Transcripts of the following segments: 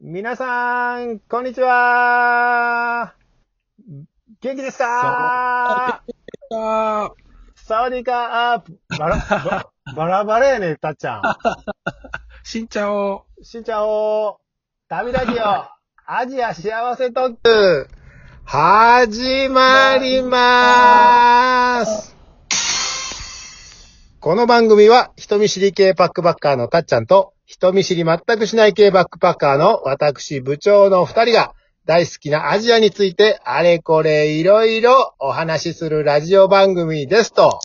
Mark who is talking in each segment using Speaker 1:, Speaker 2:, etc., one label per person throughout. Speaker 1: 皆さん、こんにちは元気ですか
Speaker 2: あ
Speaker 1: サワディーカープバラ、ババラバラやね、たっちゃ
Speaker 2: ー、しんちゃお。
Speaker 1: ん。しんちゃんを、旅ラジオ、アジア幸せ特区、始まりまーすこの番組は、人見知り系バックパッカーのたっちゃんと、人見知り全くしない系バックパッカーの私部長の二人が、大好きなアジアについて、あれこれいろいろお話しするラジオ番組ですと。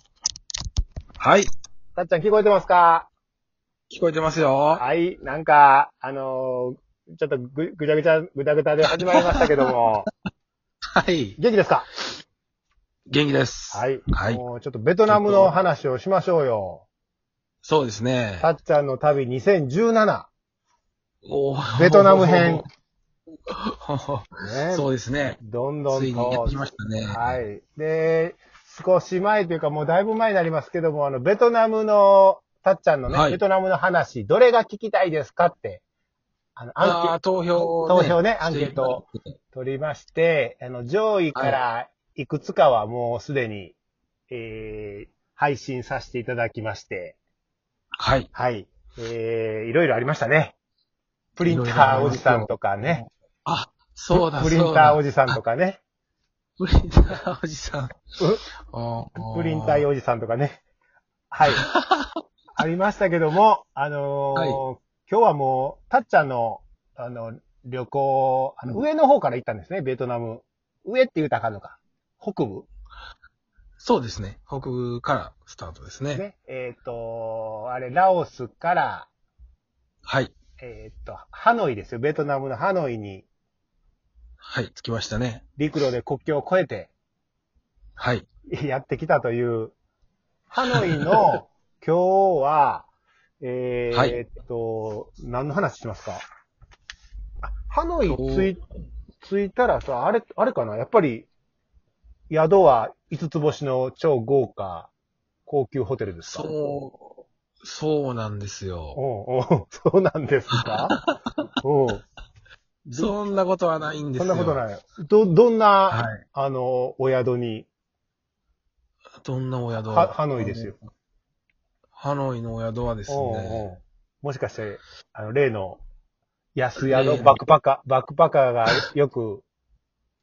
Speaker 2: はい。
Speaker 1: たっちゃん聞こえてますか
Speaker 2: 聞こえてますよ。
Speaker 1: はい、なんか、あのーちょっとぐ、ぐちゃぐちゃ、ぐだぐだで始まりましたけど も、
Speaker 2: はい。
Speaker 1: 元気ですか
Speaker 2: 元気です。。
Speaker 1: はいい。もうちょっとベトナムの話をしましょうよ。
Speaker 2: そうですね
Speaker 1: た。っちゃんの旅2017。
Speaker 2: おー
Speaker 1: ベトナム編。
Speaker 2: そ
Speaker 1: ね。
Speaker 2: うですね。
Speaker 1: どんど
Speaker 2: つい
Speaker 1: ん
Speaker 2: にや
Speaker 1: と
Speaker 2: り。ましたね。
Speaker 1: はい。で、少し前というかもうだいぶ前になりますけども、あの、ベトナムの、たっちゃんのね、
Speaker 2: はい
Speaker 1: ベトナムの話、どれが聞きたいですかって、あの、アンケート
Speaker 2: ああ、投票、
Speaker 1: 投票ねアンケート
Speaker 2: していただいて。
Speaker 1: 取りまして、あの、上位からいくつかはもうすでに、えー、配信させていただきまして、
Speaker 2: はい。
Speaker 1: はい。えー、いろいろありましたね。プリン
Speaker 2: いろいろあ
Speaker 1: ターお
Speaker 2: りますよ
Speaker 1: じさんとかね。
Speaker 2: あ、そうだ、
Speaker 1: プリン
Speaker 2: そう
Speaker 1: ター
Speaker 2: だ
Speaker 1: お。じさんとかね。
Speaker 2: プリンターおじさん。
Speaker 1: プ
Speaker 2: プ
Speaker 1: リンターおじさんとかね。 はい。ありましたけども、あのー
Speaker 2: はい
Speaker 1: 今日はもう、たっちゃんの、あの、旅行、あの、上の方から行ったんですね、ベトナム。上って言うたらあかんのか。北部
Speaker 2: そうですね。北部からスタートですね。
Speaker 1: ね、えっ、と、あれ、ラオスから、
Speaker 2: はい。
Speaker 1: えっ、と、ハノイですよ。ベトナムのハノイに、
Speaker 2: はい。着きましたね。
Speaker 1: 陸路で国境を越えて
Speaker 2: はい。
Speaker 1: やってきたという、ハノイの今日は、えっ、と、何の話しますかあハノイ着い、着いたらさ、あれ、あれかなやっぱり、宿は5つ星の超豪華、高級ホテルですか
Speaker 2: そう、そうなんですよ。
Speaker 1: おうおうそうなんですかおう
Speaker 2: そんなことはないんです
Speaker 1: そん
Speaker 2: よ。
Speaker 1: なこと
Speaker 2: い。
Speaker 1: ない。ど、どんな、
Speaker 2: はい。
Speaker 1: あの、お宿に、
Speaker 2: どんなお宿
Speaker 1: はハノイですよ。
Speaker 2: ハノイのお宿はです
Speaker 1: おう
Speaker 2: ね、
Speaker 1: おうもしかして、あの、例の、安宿、バックパカ、バックパカがよく、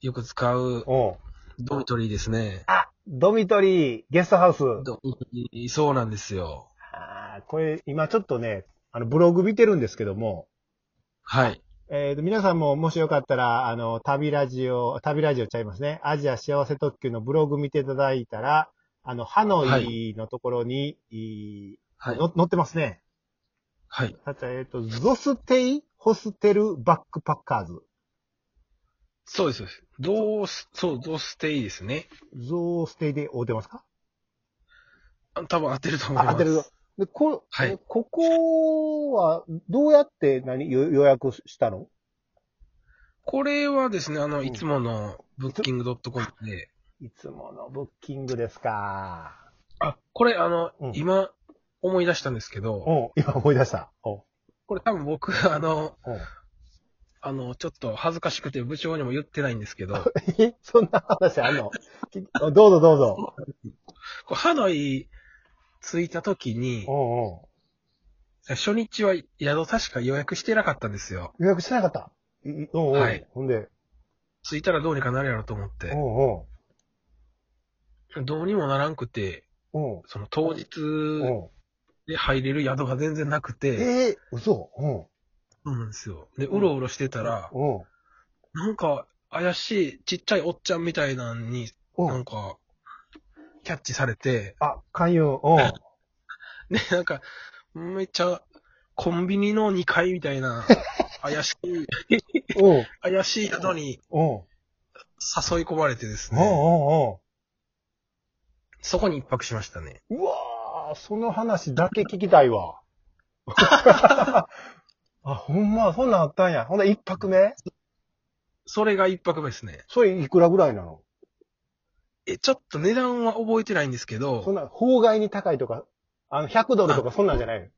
Speaker 2: よく使う
Speaker 1: おう
Speaker 2: ドミトリーですね。
Speaker 1: あ、ドミトリー、ゲストハウス。
Speaker 2: ドミトリーそうなんですよ。
Speaker 1: あーこれ、今ちょっとね、あの、ブログ見てるんですけども、
Speaker 2: はい。
Speaker 1: えーと、皆さんももしよかったら、あの、旅ラジオ、旅ラジオちゃいますね。アジア幸せ特急のブログ見ていただいたら、あの、ハノ
Speaker 2: は
Speaker 1: イのところに、い
Speaker 2: はい。
Speaker 1: の載ってますね。
Speaker 2: はい。
Speaker 1: たっちゃん、えっ、と、ゾステイホステルバックパッカーズ。
Speaker 2: そうです。そうですどうす、そう、どうしていいですね。
Speaker 1: ゾーステイで合うてますか
Speaker 2: あ多分合ってると思いま
Speaker 1: あ、
Speaker 2: す。
Speaker 1: 合ってる。で、こ、
Speaker 2: はい
Speaker 1: ここは、どうやって何予予約したの
Speaker 2: これはですね、あの、
Speaker 1: ん
Speaker 2: いつものブッキングドットコムで、
Speaker 1: いつものブッキングですか。
Speaker 2: あ、これあの、
Speaker 1: うん
Speaker 2: 今思い出したんですけど、
Speaker 1: おう今思い出した。おう
Speaker 2: これ多分僕、あの、
Speaker 1: おう
Speaker 2: あの、ちょっと恥ずかしくて部長にも言ってないんですけど、
Speaker 1: えそんな話あんの きどうぞどうぞ。
Speaker 2: こうハノイ着いた時に、
Speaker 1: おうお
Speaker 2: 初日は宿確か予約してなかったんですよ。
Speaker 1: う予約してなかった。いいおうおう
Speaker 2: はい
Speaker 1: ほんで、
Speaker 2: 着いたらどうにかなるやろと思っ
Speaker 1: お
Speaker 2: て、
Speaker 1: う
Speaker 2: どうにもならんくて、
Speaker 1: おうおう
Speaker 2: その当日
Speaker 1: おう
Speaker 2: で入れる宿が全然なくて、
Speaker 1: ええ嘘おう
Speaker 2: そうなんですよ。で、
Speaker 1: うん
Speaker 2: うろうろしてたら、
Speaker 1: おう
Speaker 2: なんか怪しいちっちゃいおっちゃんみたいなんに、
Speaker 1: お
Speaker 2: な
Speaker 1: うん
Speaker 2: か、キャッチされて、
Speaker 1: あ、勧誘、おう
Speaker 2: ね、なんか、めっちゃ、コンビニの2階みた いな、怪しい、
Speaker 1: おう
Speaker 2: 怪しい宿に
Speaker 1: おう
Speaker 2: 誘い込まれてです
Speaker 1: おう
Speaker 2: ね、
Speaker 1: おうおう
Speaker 2: そこに一泊しましたね。
Speaker 1: うわー、その話だけ聞きたい わ。あ、ほんま、そんなんあったんや。ほんなら一泊目
Speaker 2: それが一泊目ですね。
Speaker 1: それいくらぐらいなの
Speaker 2: え、ちょっと値段は覚えてないんですけ
Speaker 1: そん
Speaker 2: ど、
Speaker 1: な、法外に高いとか、あの、100ドルとかそんなんじゃない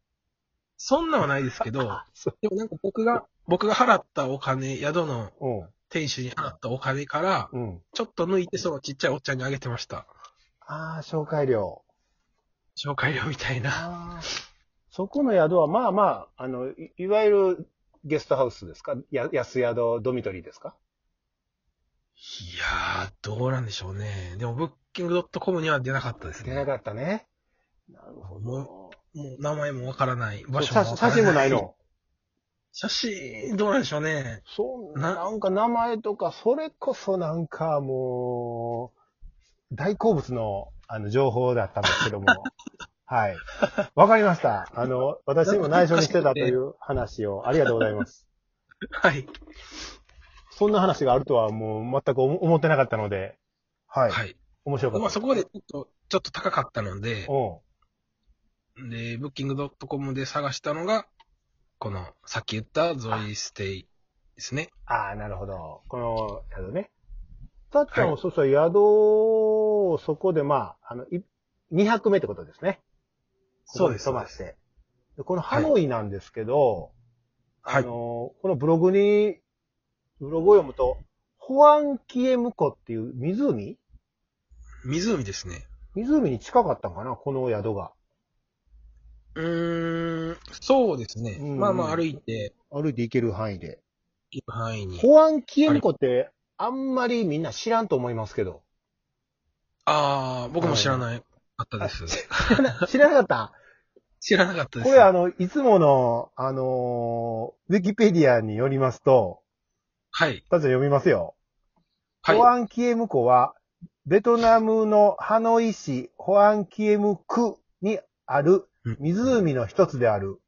Speaker 2: そんなんはないですけど、
Speaker 1: そ
Speaker 2: でもなんか僕が、僕が払ったお金、宿の
Speaker 1: う。
Speaker 2: 店主に払ったお金から、
Speaker 1: うん。うん。
Speaker 2: ちょっと抜いてそのちっちゃいおっちゃんにあげてました。
Speaker 1: ああ、紹介料。
Speaker 2: 紹介料みたいな。
Speaker 1: ああ。そこの宿は、まあまあ、あの、いいわゆるゲストハウスですかや安宿、ドミトリーですか
Speaker 2: いやー、どうなんでしょうね。でも、ブッキングドットコムには出なかったです
Speaker 1: 出な
Speaker 2: ね。
Speaker 1: かったね。なるほ
Speaker 2: ももう名前もわからない。場所もわから
Speaker 1: 写
Speaker 2: ない。
Speaker 1: 写真もないの。
Speaker 2: 写真、どうなんでしょうね。
Speaker 1: そう、
Speaker 2: な
Speaker 1: なんか名前とか、それこそなんかもう、大好物の、あの、情報だったんですけども。 はい。わかりました。あの、私も内緒にしてたという話を、ありがとうございます。
Speaker 2: はい。
Speaker 1: そんな話があるとはもう全く思思ってなかったので、はい。
Speaker 2: はい。
Speaker 1: 面白かった。
Speaker 2: まあ、そこでちょっと、ちょっと高かったので、
Speaker 1: うん。
Speaker 2: で、ブッキングドットコムで探したのが、この、さっき言ったゾイステイですね。
Speaker 1: ああ、なるほど。この宿ね。たっちゃん
Speaker 2: は
Speaker 1: も
Speaker 2: い
Speaker 1: そうそう、宿をそこで、まあ、あの、い2泊目ってことですね。
Speaker 2: そうです
Speaker 1: ここに泊まって。でこのハノイなんですけど、
Speaker 2: はい
Speaker 1: あの、このブログに、ブログを読むと、ホアンキエム湖っていう湖
Speaker 2: 湖ですね。
Speaker 1: 湖に近かったんかなこの宿が。
Speaker 2: うーん、そうですね。
Speaker 1: うん
Speaker 2: まあまあ歩いて、
Speaker 1: 歩いて行ける範囲で。
Speaker 2: 行く範囲に。
Speaker 1: ホアンキエム湖って、あんまりみんな知らんと思いますけ ど。
Speaker 2: ああ、僕も知らないかったです。
Speaker 1: 知らなかった
Speaker 2: 知らなかったです。
Speaker 1: これあの、いつもの、あのーウィキペディアによりますと、
Speaker 2: はい。
Speaker 1: たち読みますよ。ホ
Speaker 2: は
Speaker 1: アンキエム湖は、ベトナムのハノイ市ホアンキエム区にある
Speaker 2: うん
Speaker 1: 湖の一つである、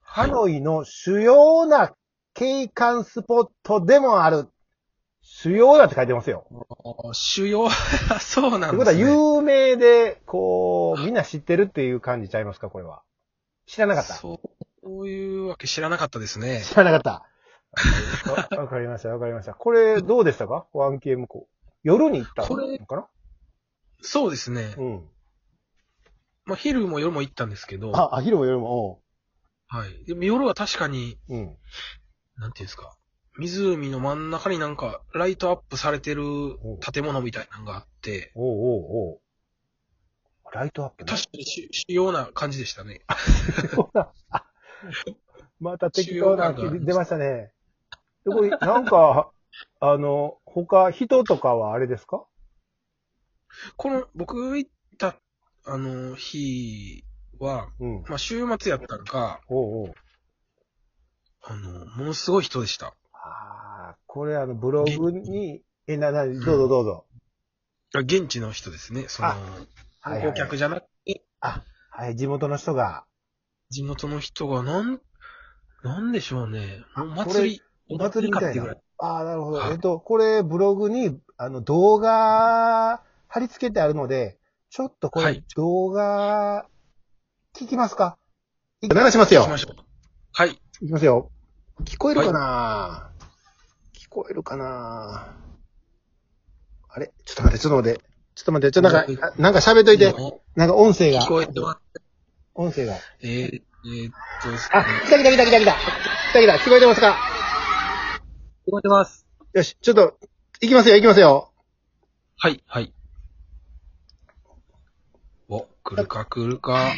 Speaker 1: ハ
Speaker 2: い。
Speaker 1: ノイの主要な景観スポットでもある。主要だって書いてますよ。
Speaker 2: あー主要、 そう
Speaker 1: っ
Speaker 2: な
Speaker 1: て
Speaker 2: ん
Speaker 1: こ
Speaker 2: で
Speaker 1: とは
Speaker 2: すね。
Speaker 1: 有名で、こう、みんな知ってるっていう感じちゃいますか、これは。知らなかった。
Speaker 2: そういうわけ知らなかったですね。
Speaker 1: 知らなかった。わわかりました、わかりました。これ、どうでしたか ?1KM 校。夜に行った
Speaker 2: これ
Speaker 1: のかな
Speaker 2: そうですね。
Speaker 1: うん。
Speaker 2: まあ昼も夜も行ったんですけど、は
Speaker 1: あ、あ、昼も夜も、
Speaker 2: い。でも夜は確かに、
Speaker 1: おううん。
Speaker 2: なんていうんですか。湖の真ん中になんかライトアップされてる建物みたいなのがあって、
Speaker 1: おうおうおうライトアップね
Speaker 2: 確かに主主要な感じでしたね。
Speaker 1: また適当な
Speaker 2: 中央なんか
Speaker 1: 出ましたね。でこれ、なんか、 あの、他、人とかはあれですか
Speaker 2: この、僕行った、あの、日は、
Speaker 1: うん。
Speaker 2: まあ、週末やったんか、
Speaker 1: おうおう
Speaker 2: あの、ものすごい人でした。
Speaker 1: ああ、これあの、ブログに、え、な、な、どうぞどうぞ。
Speaker 2: あ現地の人ですね。その、
Speaker 1: はい、
Speaker 2: 観光客じゃなくて、
Speaker 1: はい、地元の人が。
Speaker 2: 地元の人が、なん、なんでしょうね。
Speaker 1: あ
Speaker 2: もう祭り、
Speaker 1: お祭りみた
Speaker 2: っ
Speaker 1: い
Speaker 2: てぐら
Speaker 1: な。ああ、なるほど。
Speaker 2: はい
Speaker 1: えっと、これ、ブログに、あの、動画、貼り付けてあるので、ちょっとこ
Speaker 2: は
Speaker 1: れ
Speaker 2: い、
Speaker 1: 動画、聞きますか、い、鳴らしますよ
Speaker 2: 行きましょう。はい。
Speaker 1: いきますよ。聞こえるかな、聞こえるかなあれちょっと待って、ちょっと待って。ちょっと待って、ちょっとなんか、あなんか喋っといて。
Speaker 2: も
Speaker 1: なんか音声
Speaker 2: う
Speaker 1: が
Speaker 2: 聞。こえてます。
Speaker 1: 音声が。
Speaker 2: えー、えーっと、
Speaker 1: あ、来た来た来た来た来た。来た来た。聞こえてますか
Speaker 2: 聞こえてます。
Speaker 1: よし、ちょっと、行きますよ、行きますよ。
Speaker 2: はい、はい。お、来るか来るか。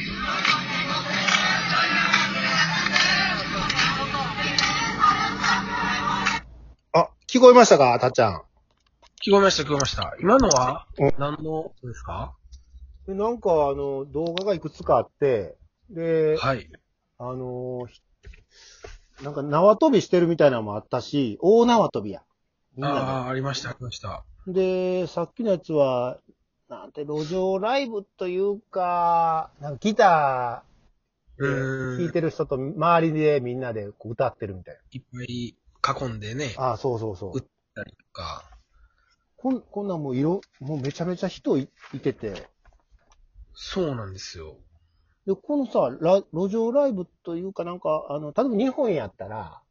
Speaker 1: あ、聞こえましたかたっちゃん。
Speaker 2: 聞こえました、聞こえました。今のは
Speaker 1: うん、
Speaker 2: 何の音ですか
Speaker 1: でなんか、あの、動画がいくつかあって、で、
Speaker 2: はい。
Speaker 1: あの、ひなんか縄跳びしてるみたいなのもあったし、大縄跳びや。みんな
Speaker 2: ああ、ありました、ありました。
Speaker 1: で。で、さっきのやつは、なんて、路上ライブというか、なんかギターで
Speaker 2: う
Speaker 1: 弾い
Speaker 2: ん。
Speaker 1: てる人と周りでみんなでこう歌ってるみたい
Speaker 2: いっぱい囲んでね、行っ
Speaker 1: な。あそうそうそう
Speaker 2: う。たりとか。
Speaker 1: こん、こんなんもういろ、もうめちゃめちゃ人いいてて。
Speaker 2: そうなんですよ。
Speaker 1: で、このさ、ラ路上ライブというかなんか、あの、例えば日本やったら、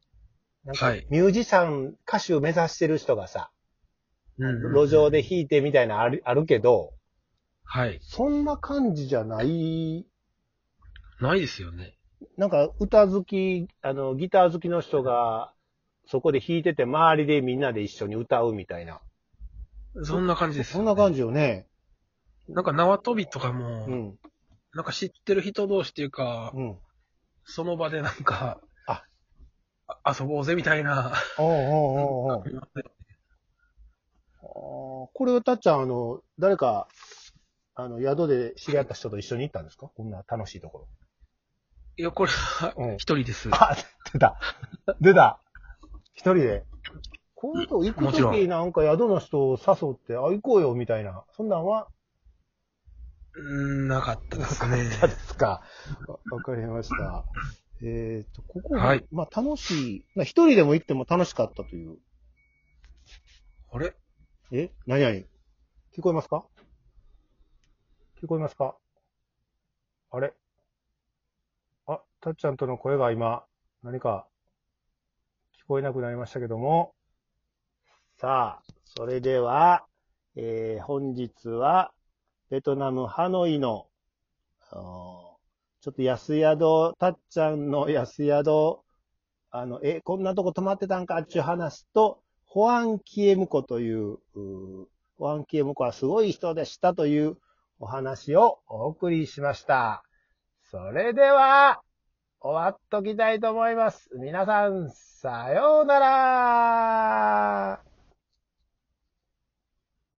Speaker 1: なんか
Speaker 2: はい、
Speaker 1: ミュージシャン、歌手を目指してる人がさ、路
Speaker 2: 路
Speaker 1: 上。で弾いてみたいなある、あるけど、
Speaker 2: はい。
Speaker 1: そんな感じじゃない、
Speaker 2: ないですよね。
Speaker 1: なんか歌好き、あの、ギター好きの人が、そこで弾いてて、周りでみんなで一緒に歌うみたいな。
Speaker 2: そんな感じです、
Speaker 1: そんな感。じよね。
Speaker 2: なんか縄跳びとかも、
Speaker 1: うん。
Speaker 2: なんか知ってる人同士っていうか、
Speaker 1: うん。
Speaker 2: その場でなんか、
Speaker 1: あ
Speaker 2: あ遊ぼうぜみたいな。
Speaker 1: おうおうおうおう。あーこれはたっちゃん、あの、誰か、あの、宿で知り合った人と一緒に行ったんですかこんな楽しいところ。
Speaker 2: いや、これは
Speaker 1: うん
Speaker 2: 一人です。
Speaker 1: あ、出た。出た。一人で。こういうとこ行
Speaker 2: も
Speaker 1: く
Speaker 2: ちろ
Speaker 1: とき
Speaker 2: ん
Speaker 1: なんか宿の人を誘って、あ、行こうよ、みたいな。そんなんは、
Speaker 2: うんなかったですね。
Speaker 1: 嫌ですか。わわかりました。えっ、と、ここは、
Speaker 2: はい
Speaker 1: まあ楽しい。まあ一人でも行っても楽しかったという。
Speaker 2: あれ
Speaker 1: え何々聞こえますか聞こえますかあれあ、たっちゃんとの声が今、何か、聞こえなくなりましたけども。さあ、それでは、えー、本日は、ベトナムハノイの、あのちょっと安宿、たっちゃんの安宿、あの、え、こんなとこ泊まってたんかっていう話と、ホアン・キエムコという、うーホアン・キエムコはすごい人でしたというお話をお送りしました。それでは、終わっときたいと思います。皆さん、さようなら